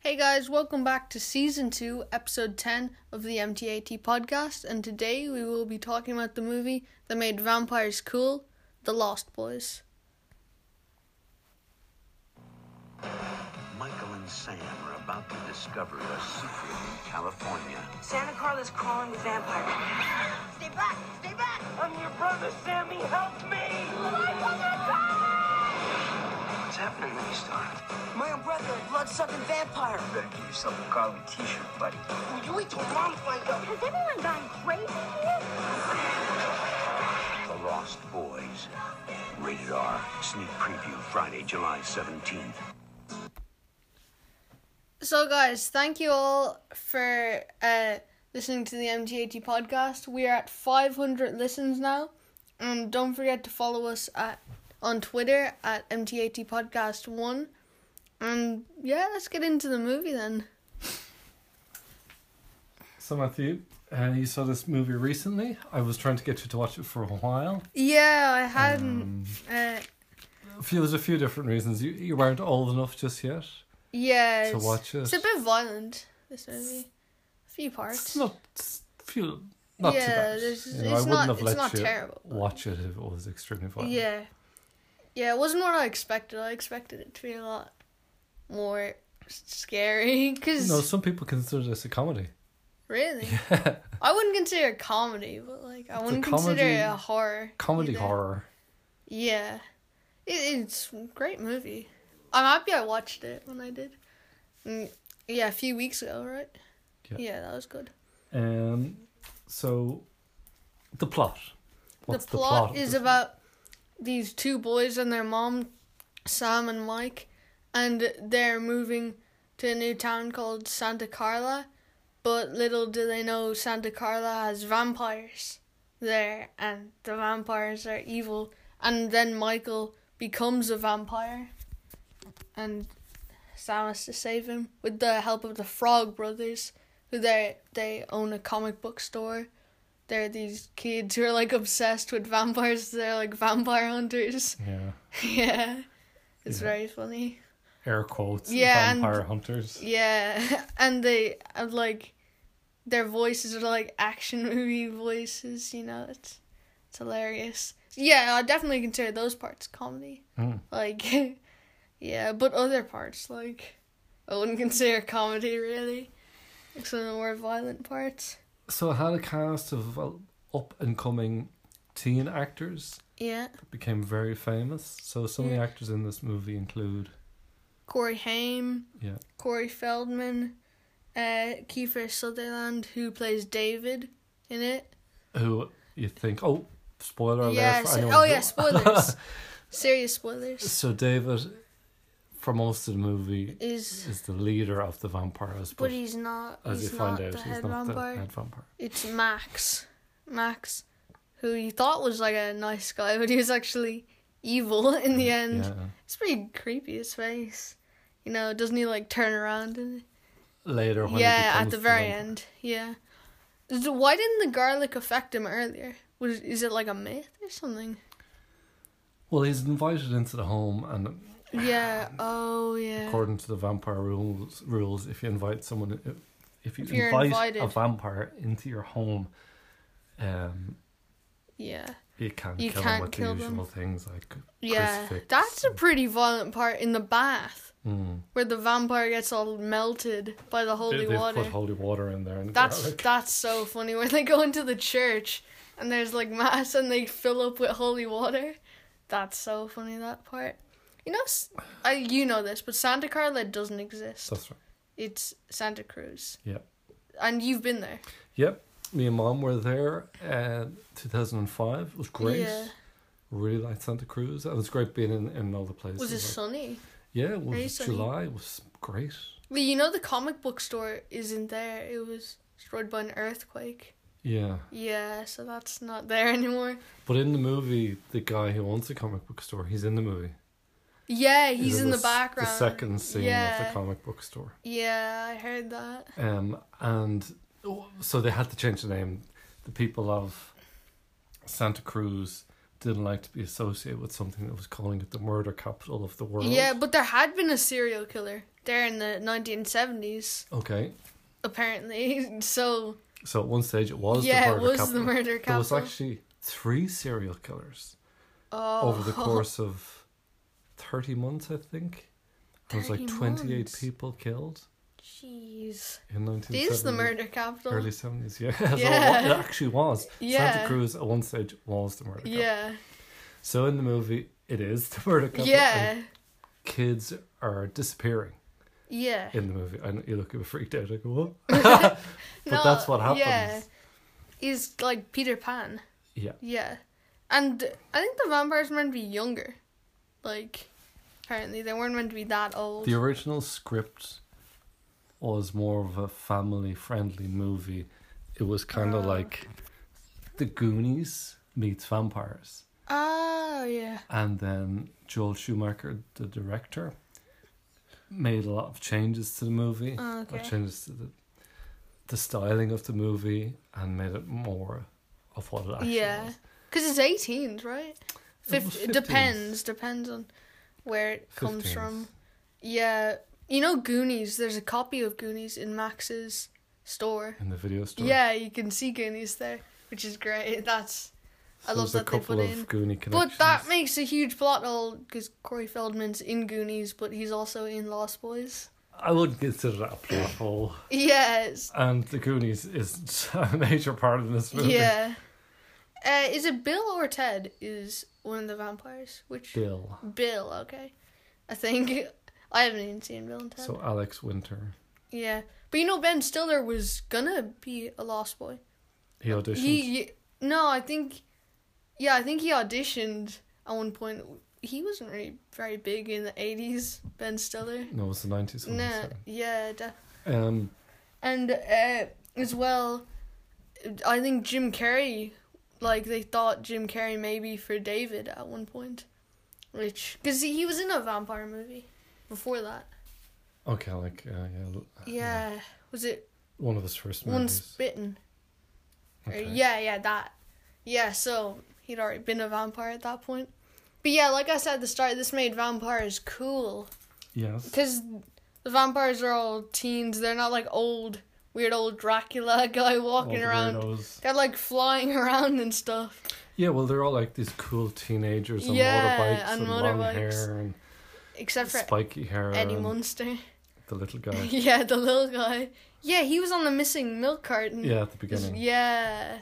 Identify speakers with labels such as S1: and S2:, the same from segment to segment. S1: Hey guys, welcome back to season 2, episode 10 of the MTAT podcast, and today we will be talking about the movie that made vampires cool, The Lost Boys.
S2: Michael and Sam are about to discover a secret in California.
S3: Santa Carla's crawling with vampires.
S4: Stay back! Stay back!
S5: I'm your brother, Sammy. Help me!
S2: What's happening this time?
S3: My umbrella, blood-sucking vampire.
S2: Better give yourself a Carly t-shirt, buddy.
S3: You wait till mom finds out.
S4: Has everyone gone crazy here?
S2: The Lost Boys. Rated R. Sneak preview Friday, July 17th.
S1: So, guys, thank you all for uh, listening to the MTAT podcast. We are at 500 listens now, and don't forget to follow us at on Twitter at MTAT Podcast 1. And yeah, let's get into the movie then.
S6: So Matthew, uh, you saw this movie recently. I was trying to get you to watch it for a while.
S1: Yeah, I hadn't. Uh,
S6: A few, there's a few different reasons. You you weren't old enough just yet.
S1: Yeah.
S6: to
S1: it's-
S6: watch
S1: It's a
S6: it.
S1: bit violent, this movie. A few parts.
S6: It's not it's few, not
S1: Yeah,
S6: too bad.
S1: there's-
S6: You know,
S1: it's
S6: I wouldn't
S1: not-
S6: have
S1: it's
S6: let
S1: not
S6: you
S1: terrible, but-
S6: watch it if it was extremely violent.
S1: yeah. Yeah, it wasn't what I expected. I expected it to be a lot more s- scary. Because,
S6: You know, some people consider this a comedy.
S1: really? I wouldn't consider it comedy, but, like, I wouldn't consider
S6: comedy-
S1: it a horror.
S6: Comedy
S1: either.
S6: horror.
S1: Yeah. It, it's a great movie. I'm happy I watched it when I did. Mm, yeah, a few weeks ago, right?
S6: Yeah.
S1: yeah that was good.
S6: Um, so, the plot. What's
S1: the plot is about these two boys and their mom, Sam and Mike, and they're moving to a new town called Santa Carla. But little do they know Santa Carla has vampires there, and the vampires are evil. And then Michael becomes a vampire, and Sam has to save him with the help of the Frog Brothers, who they they own a comic book store there are these kids who are like obsessed with vampires. They're like vampire hunters.
S6: yeah.
S1: yeah, it's
S6: Yeah.
S1: very funny.
S6: Air quotes.
S1: Yeah, and-
S6: Vampire hunters.
S1: Yeah, and they and like their voices are like action movie voices. You know, it's it's hilarious. Yeah, I definitely consider those parts comedy.
S6: Mm.
S1: Like, yeah, but other parts like I wouldn't consider comedy really. Like some of the more violent parts.
S6: So it had a cast of well, up and coming teen actors.
S1: Yeah,
S6: became very famous. So some of
S1: Yeah.
S6: the actors in this movie include
S1: Corey Haim.
S6: yeah,
S1: Corey Feldman, uh, Kiefer Sutherland, who plays David in it.
S6: who you think oh spoiler alert
S1: Yes.
S6: for anyone
S1: Oh
S6: who-
S1: yeah, spoilers. Serious spoilers.
S6: So David, for most of the movie,
S1: Is
S6: is the leader of the vampires, but,
S1: but he's not.
S6: as
S1: he's
S6: you find
S1: not
S6: out,
S1: the
S6: he's
S1: head
S6: not
S1: vampire.
S6: the head vampire.
S1: It's Max. Max, who you thought was like a nice guy, but he was actually evil in the end.
S6: Mm, Yeah.
S1: It's pretty creepy. His face. You know, doesn't he like turn around and?
S6: Later, when he
S1: Yeah, at
S6: becomes
S1: the very
S6: vampire-
S1: end. Yeah. Is- Why didn't the garlic affect him earlier? Was is it like a myth or something?
S6: Well, he's invited into the home, and
S1: Yeah. Oh, yeah.
S6: according to the vampire rules, rules if you invite someone, if- if you
S1: If you're
S6: invite a
S1: invited.
S6: vampire into your home, um,
S1: Yeah.
S6: You can't
S1: You
S6: kill
S1: can't
S6: them with
S1: kill
S6: the
S1: them.
S6: usual things like
S1: Yeah.
S6: crucifix.
S1: That's a pretty violent part in the bath
S6: Mm.
S1: where the vampire gets all melted by the
S6: They-
S1: holy
S6: they've
S1: water.
S6: put holy water in there. And
S1: that's
S6: garlic.
S1: that's so funny when they go into the church and there's like mass and they fill up with holy water. That's so funny that part. You know, s- I you know this, but Santa Carla doesn't exist.
S6: That's right.
S1: It's Santa Cruz.
S6: Yeah.
S1: And you've been there.
S6: Yep. Me and mom were there in 2005. It was great.
S1: Yeah.
S6: Really liked Santa Cruz. And it was great being in, in all the places.
S1: Was it
S6: like-
S1: sunny?
S6: Yeah, it
S1: Very
S6: was
S1: sunny?
S6: July. It was great.
S1: Well, You know the comic book store isn't there. It was destroyed by an earthquake.
S6: Yeah.
S1: Yeah, so that's not there anymore.
S6: But in the movie, the guy who owns the comic book store, he's in the movie.
S1: Yeah, he's in the,
S6: s-
S1: background.
S6: The second scene of
S1: Yeah.
S6: the comic book store.
S1: Yeah, I heard that.
S6: Um, and oh, so they had to change the name. The people of Santa Cruz didn't like to be associated with something that was calling it the murder capital of the world.
S1: Yeah, but there had been a serial killer there in the 1970s,
S6: Okay.
S1: apparently. So,
S6: So at one stage it was
S1: Yeah, it
S6: the murder
S1: was the
S6: capital.
S1: murder
S6: There was
S1: capital.
S6: actually three serial killers over the
S1: Oh.
S6: course of thirty months, I think. There was like
S1: 30
S6: twenty eight
S1: months.
S6: people killed
S1: jeez.
S6: in nineteen
S1: It is the murder capital.
S6: early seventies. Yeah, so it wa-
S1: Yeah.
S6: it actually was.
S1: Yeah.
S6: Santa Cruz at one stage was the murder capital.
S1: yeah.
S6: So in the movie, it is the murder capital.
S1: Yeah.
S6: and kids are disappearing
S1: Yeah.
S6: in the movie, and you look a bit freaked out. Like what? but
S1: No,
S6: that's what happens.
S1: Yeah. He's like Peter Pan.
S6: yeah.
S1: Yeah. And I think the vampires were meant to be younger. Like, apparently they weren't meant to be that old.
S6: The original script was more of a family friendly movie. It was
S1: Ah.
S6: kind of like The Goonies meets vampires.
S1: oh, yeah.
S6: And then Joel Schumacher, the director, made a lot of changes to the movie,
S1: Oh,
S6: or
S1: okay.
S6: changes to the, the styling of the movie, and made it more of what it actually
S1: Yeah.
S6: was.
S1: Because it's 18s, right?
S6: It
S1: Fif-
S6: was
S1: it
S6: 15s.
S1: depends. Depends on where it comes
S6: 15s.
S1: from. Yeah. You know Goonies? There's a copy of Goonies in Max's store.
S6: In the video store.
S1: Yeah, you can see Goonies there, which is great. That's. I
S6: So
S1: love
S6: there's
S1: that they put in.
S6: Goonie
S1: But that
S6: connections.
S1: makes a huge plot hole because Corey Feldman's in Goonies, but he's also in Lost Boys.
S6: I wouldn't consider that a plot hole.
S1: Yes.
S6: And the Goonies is a major part of this movie.
S1: Yeah. Uh, is it Bill or Ted? Is one of the vampires? Which
S6: Bill.
S1: Bill? Okay, I think I haven't even seen Bill and Ted.
S6: So Alex Winter.
S1: yeah, but you know Ben Stiller was gonna be a Lost Boy.
S6: He auditioned.
S1: He no, I think, yeah, I think he auditioned at one point. He wasn't really very big in the eighties. Ben Stiller.
S6: no, it was the 90s. when he
S1: No,
S6: was
S1: yeah, def-
S6: seven. Um,
S1: And uh, as well, I think Jim Carrey, like they thought Jim Carrey maybe for David at one point, which because he was in a vampire movie before that.
S6: okay, like, uh, yeah, l-
S1: Yeah, was it
S6: one of his first movies.
S1: Once Bitten? Or-
S6: Okay.
S1: yeah, yeah, that. Yeah, so he'd already been a vampire at that point. But yeah, like I said at the start, this made vampires cool.
S6: Yes.
S1: Because the vampires are all teens. They're not like old, weird old Dracula guy walking
S6: All the
S1: around.
S6: weirdos.
S1: They're like flying around and stuff.
S6: Yeah, well, they're all like these cool teenagers on
S1: Yeah,
S6: motorbikes
S1: on
S6: and long
S1: motorbikes.
S6: hair and
S1: Except for
S6: spiky hair.
S1: Eddie
S6: and
S1: Munster.
S6: the little guy.
S1: yeah, the little guy. Yeah, he was on the missing milk carton.
S6: yeah, at the
S1: He's-
S6: beginning.
S1: Yeah.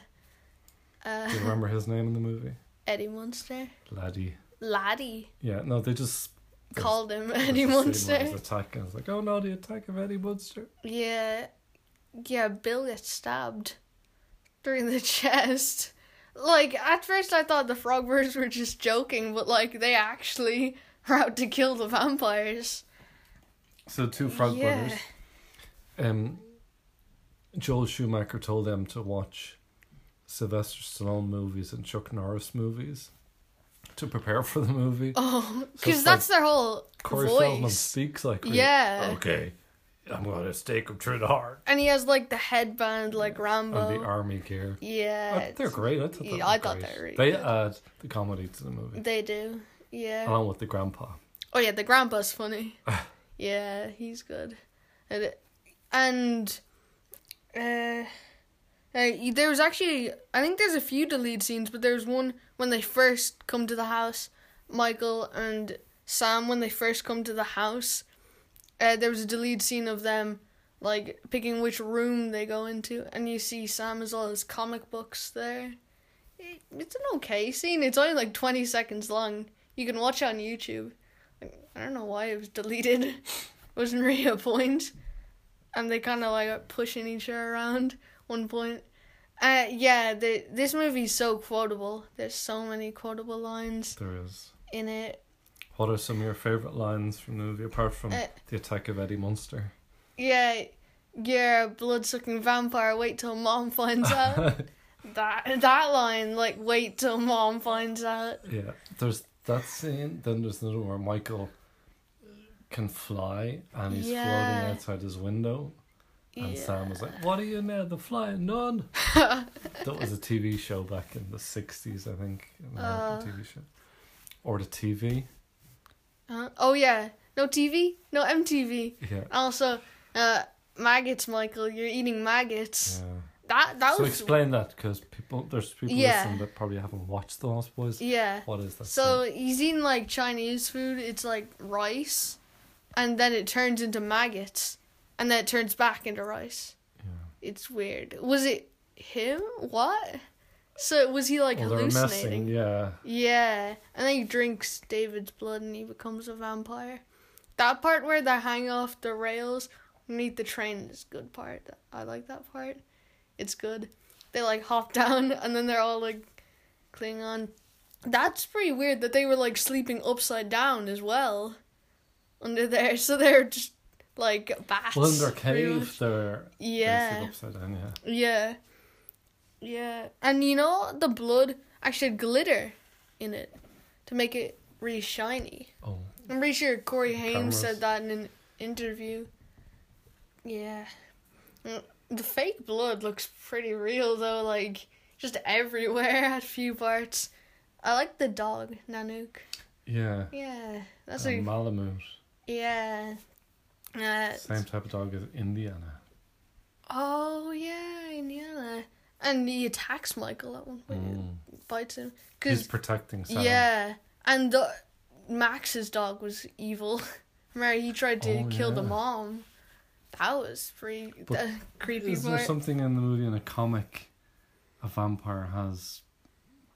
S6: Do
S1: Uh,
S6: you remember his name in the movie?
S1: Eddie Munster.
S6: Laddie.
S1: Laddie
S6: Yeah, no, they just. they just-
S1: called him
S6: they
S1: Eddie
S6: just say
S1: Munster.
S6: he was attacking. I was like, oh no, the attack of Eddie Munster.
S1: Yeah. Yeah, Bill gets stabbed during the chest. Like, at first I thought the Frogbirds were just joking, but like, they actually are out to kill the vampires.
S6: So two Frog
S1: Yeah.
S6: Brothers. Um, Joel Schumacher told them to watch Sylvester Stallone movies and Chuck Norris movies to prepare for the movie.
S1: Oh,
S6: So
S1: because
S6: it's
S1: that's their whole
S6: Corey
S1: voice.
S6: Feldman speaks like, really,
S1: Yeah.
S6: okay, I'm gonna stake him through the heart
S1: And he has like the headband, like
S6: and
S1: Rambo.
S6: Oh, the army gear.
S1: yeah,
S6: Uh, they're
S1: it's-
S6: great. I thought,
S1: yeah,
S6: that
S1: I
S6: was
S1: thought
S6: great.
S1: they were really
S6: They
S1: good.
S6: add the comedy to the movie
S1: They do. Yeah.
S6: along with the grandpa.
S1: oh yeah, the grandpa's funny. yeah, he's good. And and uh, uh, there was actually I think there's a few deleted scenes, but there's one when they first come to the house, Michael and Sam when they first come to the house. Uh, there was a deleted scene of them like picking which room they go into, and you see Sam as all his comic books there. It, it's an okay scene. It's only like twenty seconds long. You can watch it on YouTube. I don't know why it was deleted. it wasn't really a point. And they kind of like are pushing each other around one point. Uh, yeah, the, this movie's so quotable. There's so many quotable lines
S6: There is.
S1: in it.
S6: What are some of your favorite lines from the movie apart from
S1: Uh,
S6: the attack of Eddie Munster?
S1: Yeah, you're a blood sucking vampire. Wait till mom finds out. that that line, like, wait till mom finds out.
S6: Yeah, there's that scene. Then there's another where Michael can fly and he's
S1: Yeah.
S6: floating outside his window, and
S1: Yeah.
S6: Sam was like, "What are you now, the flying nun?" that was a TV show back in the '60s,
S1: Uh.
S6: I think, an American TV show, or the TV.
S1: Huh? Oh yeah, no TV, no MTV.
S6: Yeah.
S1: Also, uh, maggots, Michael. You're eating maggots.
S6: Yeah.
S1: That that
S6: So
S1: was
S6: explain that because people there's people
S1: Yeah.
S6: listening that probably haven't watched The Lost Boys.
S1: yeah.
S6: What is that?
S1: So he's eating like Chinese food. It's like rice, and then it turns into maggots, and then it turns back into rice. It's weird. Was it him? What? So was he like
S6: thing? Well, Oh, they're messing.
S1: hallucinating?
S6: Yeah.
S1: Yeah, and then he drinks David's blood and he becomes a vampire. That part where they hang off the rails and meet the train is a good part. I like that part. It's good. They like hop down and then they're all like Klingon. That's pretty weird that they were like sleeping upside down as well under there. So they're just like bats.
S6: Well, in their
S1: pretty
S6: cave,
S1: much.
S6: they're
S1: Yeah.
S6: they sit upside down. Yeah.
S1: Yeah. Yeah. And you know, the blood actually had glitter in it to make it really shiny.
S6: Oh,
S1: I'm pretty sure Corey Haim
S6: Cameras.
S1: said that in an interview. Yeah. Mm, The fake blood looks pretty real though, like just everywhere at a few parts. I like the dog, Nanook.
S6: yeah.
S1: Yeah. That's
S6: And
S1: a
S6: Malamute,
S1: yeah. Uh,
S6: same type of dog as Indiana.
S1: Oh yeah, Indiana. And he attacks Michael at one point. Bites him.
S6: Mm. He's
S1: Cause,
S6: protecting Sam.
S1: yeah, and the, Max's dog was evil. Remember, he tried to
S6: Oh,
S1: kill the
S6: yeah.
S1: mom. That was pretty
S6: But
S1: the creepy.
S6: Is there
S1: Part.
S6: something in the movie in a comic a vampire has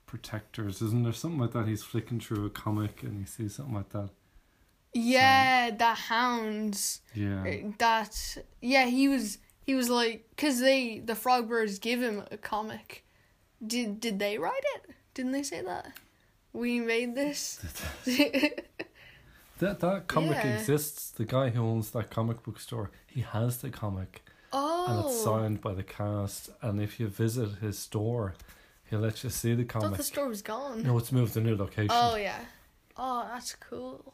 S6: protectors? Isn't there something like that? He's flicking through a comic and he sees something like that.
S1: yeah, the hounds.
S6: Yeah.
S1: That yeah, he was he was like because they the Frogbirds give him a comic. Did did they write it? Didn't they say that? We made this.
S6: That that comic
S1: Yeah.
S6: exists. The guy who owns that comic book store, he has the comic and it's
S1: oh,
S6: signed by the cast. And if you visit his store, he'll let you see the
S1: I thought
S6: comic.
S1: the store was gone.
S6: No, it's moved to a new location.
S1: Oh yeah. Oh, that's cool.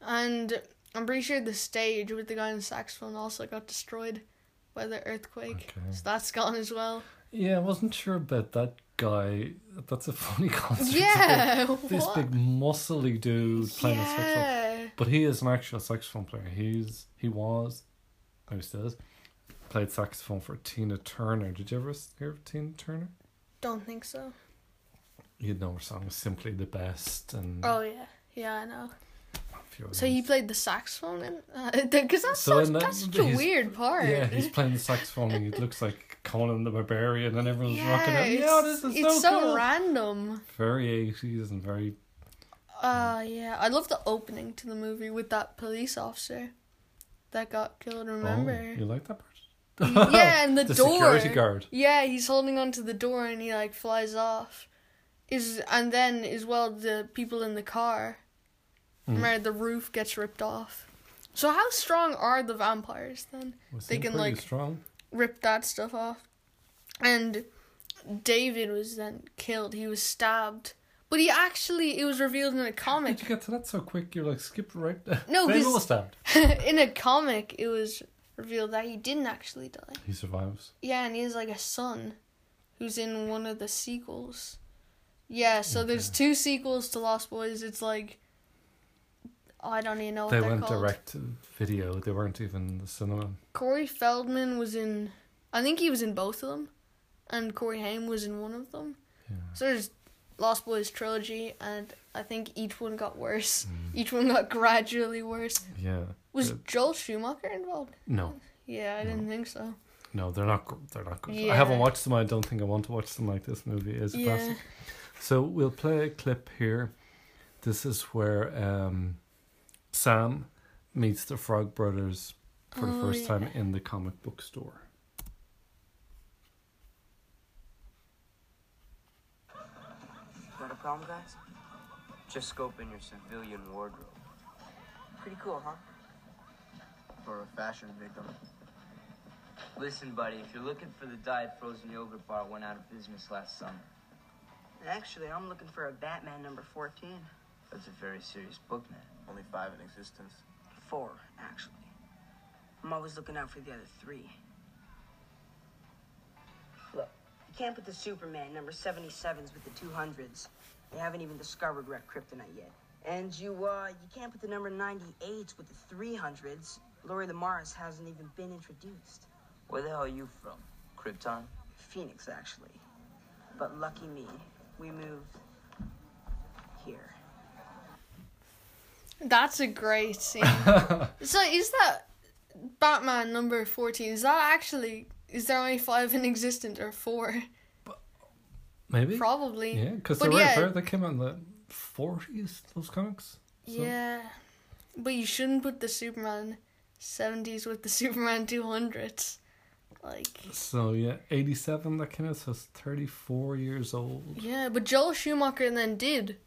S1: And I'm pretty sure the stage with the guy on the saxophone also got destroyed by the earthquake.
S6: Okay.
S1: So that's gone as well.
S6: Yeah, I wasn't sure about that guy. That's a funny concept. It's a big-
S1: Yeah.
S6: This
S1: what?
S6: big muscly dude playing a saxophone.
S1: yeah.
S6: But he is an actual saxophone player. He's he was, no, he still is, played saxophone for Tina Turner. Did you ever hear of Tina Turner?
S1: Don't think so.
S6: You'd know her song is simply the best and
S1: Oh yeah. Yeah, I know.
S6: a few other
S1: So he played the saxophone, in uh, because that's
S6: So
S1: such,
S6: in that-
S1: that's such a
S6: he's-
S1: weird part.
S6: ones. Yeah, he's playing the saxophone and it looks like Conan the Barbarian and everyone's
S1: Yeah,
S6: rocking out.
S1: it's,
S6: Yeah, this is
S1: it's
S6: so,
S1: so
S6: cool.
S1: random.
S6: Very eighties and very
S1: Uh yeah, I love the opening to the movie with that police officer that got killed.
S6: oh,
S1: Remember?
S6: you like that part?
S1: yeah, and the,
S6: The
S1: door.
S6: security guard.
S1: Yeah, he's holding onto the door and he like flies off. Is and then as well the people in the car.
S6: Mm.
S1: Remember the roof gets ripped off. So how strong are the vampires then?
S6: Was
S1: They
S6: he
S1: can,
S6: pretty
S1: like-
S6: strong.
S1: Rip that stuff off. And David was then killed. He was stabbed. But he actually it was revealed in a comic
S6: Did you get to that so quick? You're like skipped right.
S1: No,
S6: they
S1: 'cause-
S6: all stabbed.
S1: in a comic, it was revealed that he didn't actually die.
S6: He survives.
S1: Yeah, and he has like a son who's in one of the sequels. Yeah, so there's two sequels to Lost Boys. It's like I don't even know what
S6: they
S1: are
S6: went
S1: called.
S6: direct to video. They weren't even in the cinema.
S1: Corey Feldman was in I think he was in both of them and Corey Haim was in one of them. So there's Lost Boys trilogy and I think each one got worse.
S6: Mm.
S1: Each one got gradually worse.
S6: Yeah.
S1: Was
S6: Good.
S1: Joel Schumacher involved?
S6: No,
S1: Yeah, I didn't think so.
S6: no, they're not. gr- They're not good. I haven't
S1: Yeah.
S6: watched them. I don't think I want to watch them. Like this movie is a
S1: Yeah.
S6: classic. So we'll play a clip here. This is where um, Sam meets the Frog Brothers for the
S1: Oh,
S6: first
S1: yeah.
S6: time in the comic book store.
S7: Not a problem, guys? Just scoping your civilian wardrobe
S3: Pretty cool, huh?
S7: for a fashion victim. Listen, buddy, if you're looking for the diet frozen yogurt bar, it went out of business last summer.
S3: Actually, I'm looking for a Batman number 14.
S7: That's a very serious book, man. Only five in existence.
S3: Four, actually. I'm always looking out for the other three. Look, you can't put the Superman number 77s with the 200s. They haven't even discovered red kryptonite yet. And you, uh, you can't put the number 98 with the 300s. Lori Lamaris hasn't even been introduced.
S7: Where the hell are you from? Krypton?
S3: Phoenix, actually. But lucky me, we moved here.
S1: That's a great scene. so is that Batman number fourteen? Is that actually is there only five in existence or four?
S6: Maybe.
S1: Probably.
S6: Yeah, because
S1: But
S6: they're right
S1: yeah.
S6: there. They came out in the 40s, those comics.
S1: Yeah. But you shouldn't put the Superman seventies with the Superman two hundreds. Like
S6: So, yeah, 87 that came out, so it's 34 years old.
S1: Yeah, but Joel Schumacher then did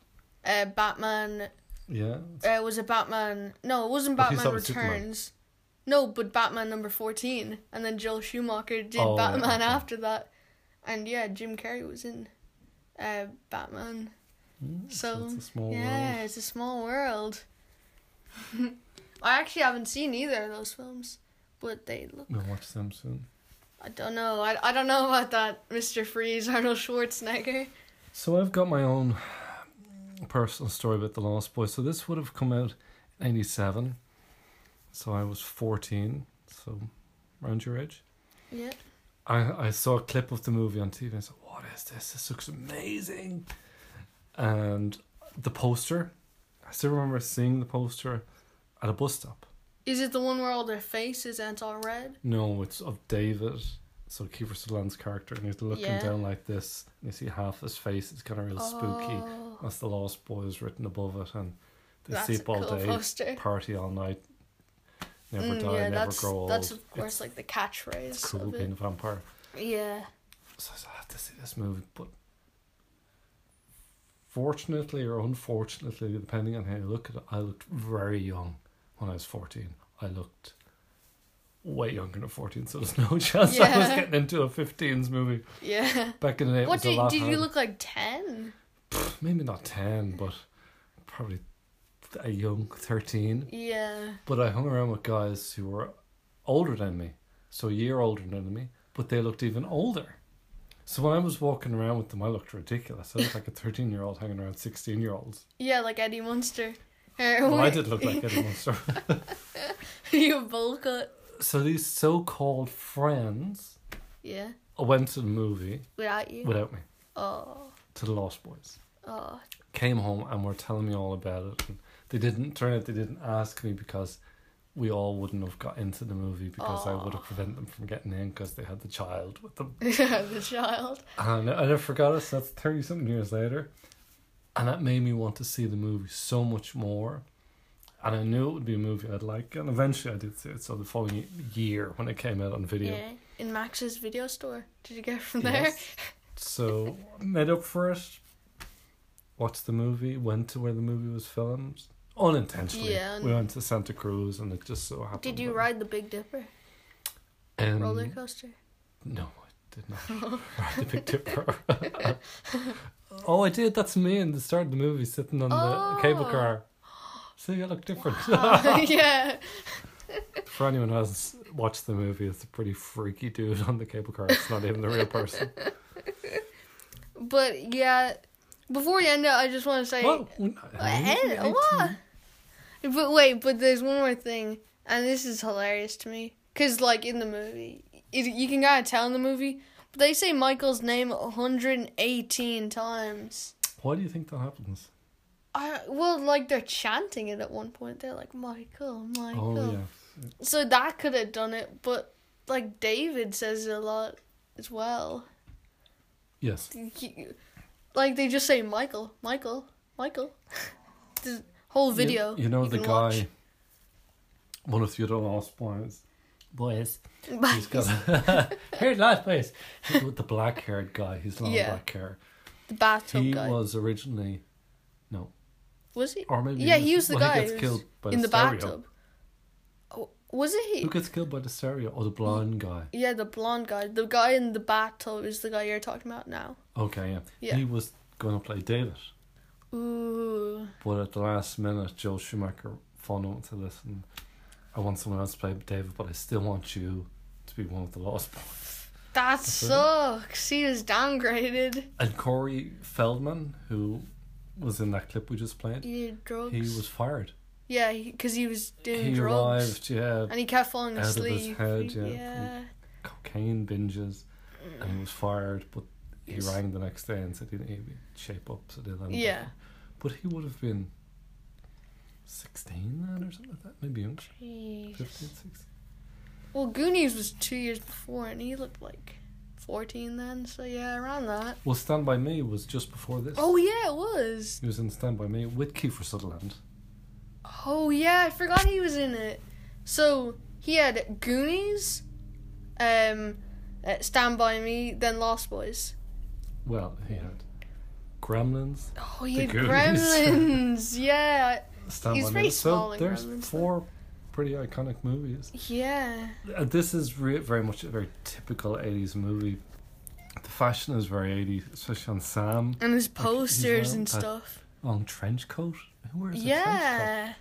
S1: uh Batman
S6: Yeah.
S1: uh was it Batman no, it wasn't
S6: But he's
S1: Batman
S6: not with Superman.
S1: Returns. No, but Batman number fourteen. And then Joel Schumacher did
S6: Oh, right,
S1: Batman
S6: okay.
S1: after that. And yeah, Jim Carrey was in uh Batman. So
S6: Mm, it's a small
S1: yeah,
S6: world.
S1: it's a small world. I actually haven't seen either of those films, but they look.
S6: We'll watch them soon.
S1: I don't know. I, I don't know about that, Mr. Freeze, Arnold Schwarzenegger.
S6: So, I've got my own personal story about The Lost Boys. So, this would have come out in 87. So, I was 14. So, around your age.
S1: Yeah.
S6: I, I saw a clip of the movie on TV and I said, What is this? This looks amazing. And the poster, I still remember seeing the poster at a bus stop.
S1: Is it the one where all their faces and it's all red?
S6: No, it's of David. So Kiefer Sutherland's character, and he's looking
S1: Yeah.
S6: down like this, and you see half his face. It's kind of real
S1: Oh.
S6: spooky. That's the Lost Boys written above it, and they
S1: That's
S6: sleep
S1: a
S6: all
S1: cool
S6: day,
S1: poster.
S6: party all night, never
S1: Mm,
S6: die,
S1: yeah,
S6: never
S1: that's
S6: grow old.
S1: that's of course
S6: it's
S1: like the catchphrase.
S6: cool
S1: of it.
S6: being a vampire.
S1: Yeah.
S6: So I said, I have to see this movie, but fortunately or unfortunately, depending on how you look at it, I looked very young when I was 14. I looked way younger than 14, so there's no chance I was
S1: Yeah.
S6: getting into a 15s movie.
S1: Yeah.
S6: Back in the day, it
S1: What
S6: was a
S1: did
S6: lot
S1: did you
S6: harder.
S1: look like ten?
S6: Maybe not 10, but probably a young 13.
S1: Yeah.
S6: But I hung around with guys who were older than me, so a year older than me, but they looked even older. So when I was walking around with them, I looked ridiculous. I looked like a 13 year old hanging around 16 year olds.
S1: Yeah, like Eddie Munster.
S6: Well, I did look like Eddie Munster.
S1: you bowl cut.
S6: so these so called friends
S1: Yeah.
S6: went to the movie
S1: Without you.
S6: without me,
S1: Oh.
S6: to the Lost Boys.
S1: Oh.
S6: Came home and were telling me all about it. And they didn't, turn out they didn't ask me because we all wouldn't have got into the movie because I would have prevented them from getting in because they had the child with them.
S1: the child.
S6: And I never forgot it, so that's 30 something years later. And that made me want to see the movie so much more. And I knew it would be a movie I'd like, and eventually I did see it. So the following y- year, when it came out on video,
S1: Yeah. In Max's video store. Did you get it from
S6: Yes. so made up for it. Watched the movie, went to where the movie was filmed unintentionally.
S1: Yeah,
S6: we went to Santa Cruz, and it just so happened.
S1: there? Did you
S6: that-
S1: ride the Big Dipper
S6: Mm-hmm. Um,
S1: roller coaster?
S6: No, I did not. Ride the Big Dipper. oh, I did. That's me in the start of the movie sitting on the cable
S1: Oh.
S6: car. See, I look different.
S1: yeah.
S6: For anyone who hasn't watched the movie, it's a pretty freaky dude on the cable car. It's not even the real person.
S1: But yeah, before we end it, I just want to say.
S6: What?
S1: Hey, what? But wait, but there's one more thing, and this is hilarious to me, cause like in the movie, it, you can kind of tell in the movie, but they say Michael's name 118 times.
S6: Why do you think that happens?
S1: I well, like they're chanting it at one point. They're like Michael, Michael.
S6: Oh, yeah.
S1: So that could have done it, but like David says it a lot as well.
S6: Yes.
S1: He- like they just say Michael, Michael, Michael. the whole
S6: You-
S1: video.
S6: You, know the
S1: can
S6: guy,
S1: watch.
S6: one of the other lost boys. Boys. He's got here, last boys. He's with the black-haired guy. He's long
S1: Yeah.
S6: black hair.
S1: the bathtub
S6: he
S1: guy.
S6: was originally no,
S1: Was he?
S6: or maybe
S1: yeah, he was the
S6: well,
S1: guy
S6: He gets
S1: who
S6: killed
S1: was
S6: by
S1: in
S6: the,
S1: the
S6: stereo.
S1: bathtub. Oh, was it
S6: Who
S1: he?
S6: gets killed by the stereo? Or the blonde guy?
S1: Yeah, the blonde guy. The guy in the bathtub is the guy you're talking about now.
S6: Okay, yeah.
S1: Yeah.
S6: He was going to play David,
S1: Ooh.
S6: but at the last minute, Joel Schumacher phoned him to listen. I want someone else to play David, but I still want you to be one of the lost boys.
S1: That sucks. He was downgraded.
S6: And Corey Feldman, who was in that clip we just played.
S1: He did drugs.
S6: He was fired.
S1: yeah, because he, was doing
S6: He
S1: drugs,
S6: arrived, yeah,
S1: and he kept falling
S6: out of his
S1: asleep.
S6: head, yeah,
S1: yeah.
S6: cocaine binges, and he was fired. But he
S1: Mm. Yes.
S6: rang the next day and said he didn't even shape up, so did anything.
S1: Yeah.
S6: but he would have been sixteen then or something like that, maybe younger, 15, 16.
S1: Well, Goonies was two years before, and he looked like fourteen then. So yeah, around that.
S6: Well, Stand by Me was just before this.
S1: Oh yeah, it was.
S6: He was in Stand by Me with Kiefer Sutherland.
S1: Oh yeah, I forgot he was in it. So he had Goonies, um, uh, Stand by Me, then Lost Boys.
S6: Well, he had Gremlins.
S1: Oh, he
S6: The
S1: had
S6: Goonies.
S1: Gremlins. yeah,
S6: Stand
S1: He's
S6: by
S1: very
S6: Me.
S1: small
S6: so
S1: in
S6: there's
S1: Gremlins, though.
S6: four pretty iconic movies.
S1: yeah.
S6: Uh, this is re- very much a very typical 80s movie. The fashion is very 80s, especially on Sam,
S1: And his
S6: wearing
S1: posters and
S6: that
S1: stuff.
S6: on trench coat. Who wears a trench
S1: Yeah.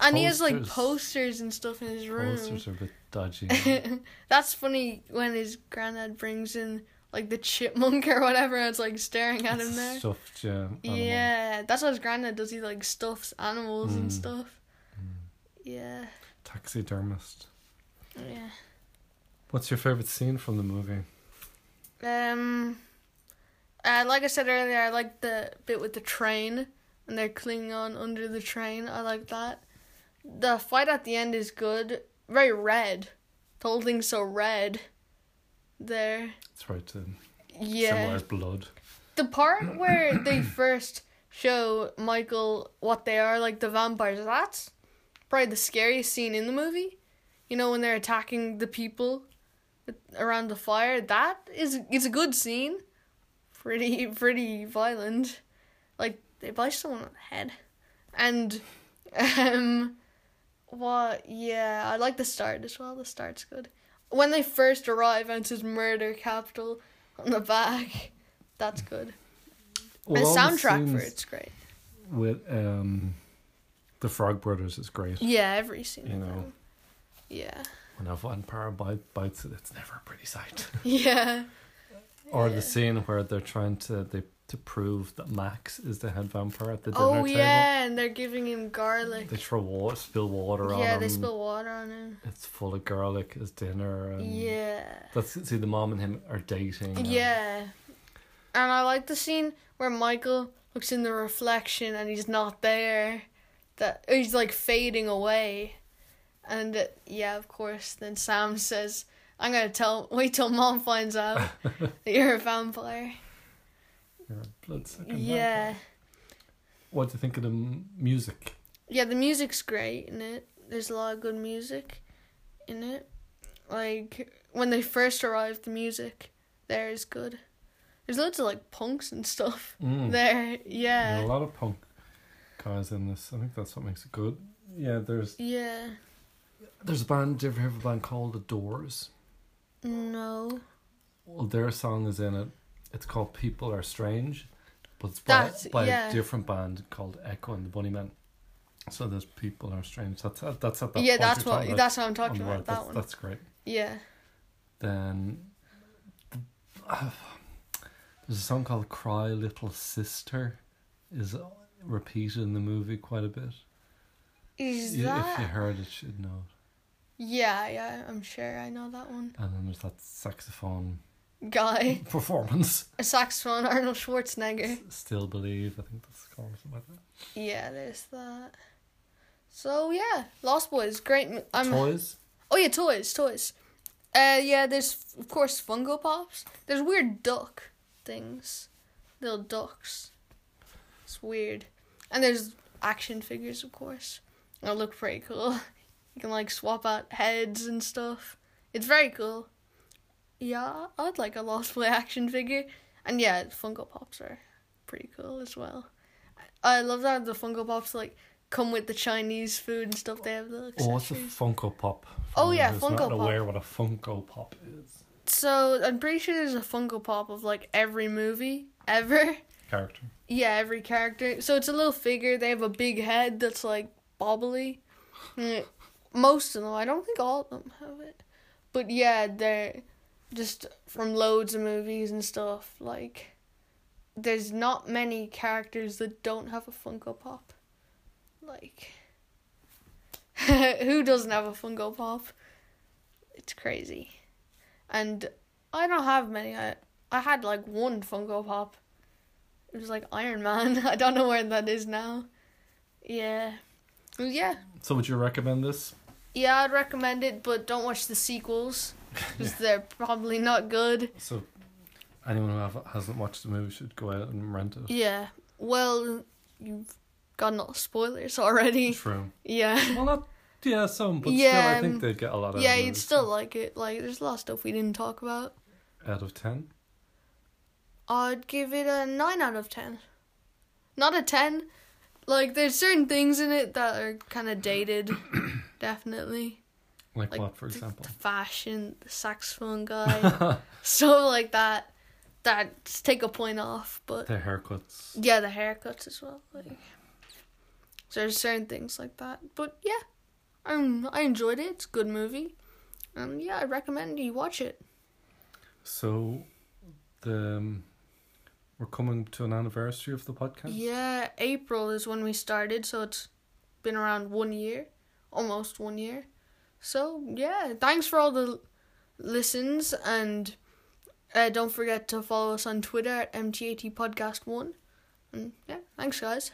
S1: And he has like
S6: Posters.
S1: posters and stuff in his
S6: coat?
S1: room.
S6: Posters are a bit dodgy.
S1: That's funny when his granddad brings in like the chipmunk or whatever, and it's like staring at him there.
S6: Stuffed, yeah. animal.
S1: Yeah, that's what his granddad does. He like stuffs animals
S6: Mm.
S1: and stuff. Yeah, oh,
S6: Taxidermist.
S1: yeah.
S6: What's your favourite scene from the movie?
S1: Um, uh, like I said earlier, I like the bit with the train and they're clinging on under the train. I like that. The fight at the end is good. Very red. The whole thing's so red. There.
S6: It's right to
S1: Yeah.
S6: similar blood.
S1: The part where they first show Michael what they are, like the vampires, that's probably the scariest scene in the movie. You know, when they're attacking the people around the fire, that is it's a good scene. Pretty pretty violent. Like they bite someone on the head. And um what yeah, I like the start as well. The start's good. When they first arrive and it says murder capital on the back. That's good.
S6: Well, all
S1: the
S6: the
S1: soundtrack for
S6: scenes
S1: it's great.
S6: with um, the Frog Brothers is great.
S1: Yeah, every scene.
S6: You
S1: of
S6: know,
S1: them. Yeah.
S6: when a vampire bite, bites it, it's never a pretty sight.
S1: Yeah.
S6: or the scene where they're trying to they to prove that Max is the head vampire at the dinner
S1: Oh
S6: table.
S1: yeah, and they're giving him garlic.
S6: They throw water, spill water on
S1: yeah,
S6: him.
S1: they spill water on him.
S6: It's full of garlic as dinner. And
S1: Yeah.
S6: That's see the mom and him are dating. and-
S1: Yeah. And I like the scene where Michael looks in the reflection and he's not there. That he's like fading away. And uh, yeah, of course, then Sam says, "I'm going to tell wait till mom finds out that you're a vampire."
S6: You're a bloodsucking
S1: yeah.
S6: vampire. What do you think of the m- music?
S1: Yeah, the music's great in it. There's a lot of good music in it. Like when they first arrived, the music there is good. There's loads of like punks and stuff
S6: Mm.
S1: there.
S6: There are
S1: Yeah,
S6: a lot of punk guys in this. I think that's what makes it good. Yeah, there's
S1: yeah.
S6: there's a band. Do you ever hear of a band called The Doors?
S1: No,
S6: Well, their song is in it. It's called "People Are Strange," but it's by,
S1: That's-
S6: by
S1: yeah.
S6: a different band called Echo and the Bunnymen. So there's "People Are Strange." That's at- that's at that
S1: yeah.
S6: point
S1: That's
S6: you're
S1: what.
S6: talking about
S1: That's what I'm
S6: on
S1: talking
S6: the
S1: about.
S6: right.
S1: That
S6: that's,
S1: one.
S6: That's great.
S1: Yeah.
S6: Then uh, there's a song called "Cry Little Sister," is repeated in the movie quite a bit.
S1: Is
S6: You- If you
S1: that?
S6: heard it, you'd know.
S1: Yeah, yeah. I'm sure I know that one.
S6: And then there's that saxophone
S1: Guy,
S6: performance.
S1: a saxophone, Arnold Schwarzenegger.
S6: Still believe, I think that's called something like that.
S1: Yeah, there's that. So yeah, Lost Boys, great. m- I'm
S6: Toys.
S1: Oh yeah, toys, toys. Uh, yeah. There's of course Fungo Pops. There's weird duck things, little ducks. It's weird, and there's action figures, of course. They look pretty cool. You can like swap out heads and stuff. It's very cool. Yeah, I'd like a Lost Boy action figure, and yeah, Funko Pops are pretty cool as well. I I love that the Funko Pops like come with the Chinese food and stuff. They have the
S6: Oh, it's a
S1: accessories.
S6: Funko Pop.
S1: Oh,
S6: For
S1: yeah,
S6: who's
S1: Funko
S6: not
S1: Pop.
S6: aware what a Funko Pop is.
S1: So I'm pretty sure there's a Funko Pop of like every movie ever.
S6: Character.
S1: Yeah, every character. So it's a little figure. They have a big head that's like bobbly. Mm, Most of them. I don't think all of them have it. But yeah, they're just from loads of movies and stuff. Like there's not many characters that don't have a Funko Pop. Like, who doesn't have a Funko Pop? It's crazy. And I don't have many. I I had like one Funko Pop. It was like Iron Man. I don't know where that is now. Yeah. Yeah.
S6: So would you recommend this?
S1: Yeah, I'd recommend it, but don't watch the sequels because they're probably not good.
S6: So anyone who have, hasn't watched the movie should go out and rent it.
S1: Yeah. Well, you've gotten all spoilers already.
S6: True.
S1: Yeah.
S6: Well, not yeah, some, but
S1: Yeah,
S6: still, I
S1: um,
S6: think they'd get a lot out
S1: Yeah,
S6: of
S1: you'd
S6: it.
S1: still like it. Like, there's a lot of stuff we didn't talk about.
S6: out of ten.
S1: I'd give it a 9 out of 10. Not a 10. Like, there's certain things in it that are kind of dated, definitely.
S6: Like,
S1: Like
S6: what, for
S1: the-
S6: example?
S1: The fashion, the saxophone guy, stuff like that. That take a point off, but
S6: Their haircuts.
S1: yeah, the haircuts as well. Like, so there's certain things like that, but yeah, um, I enjoyed it. It's a good movie, and yeah, I recommend you watch it.
S6: So, the um, we're coming to an anniversary of the podcast.
S1: Yeah, April is when we started, so it's been around one year, almost one year. So yeah, thanks for all the l- listens, and uh, don't forget to follow us on Twitter at MTAT Podcast One. And yeah, thanks guys.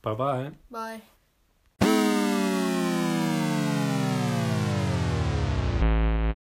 S6: Bye bye.
S1: Bye.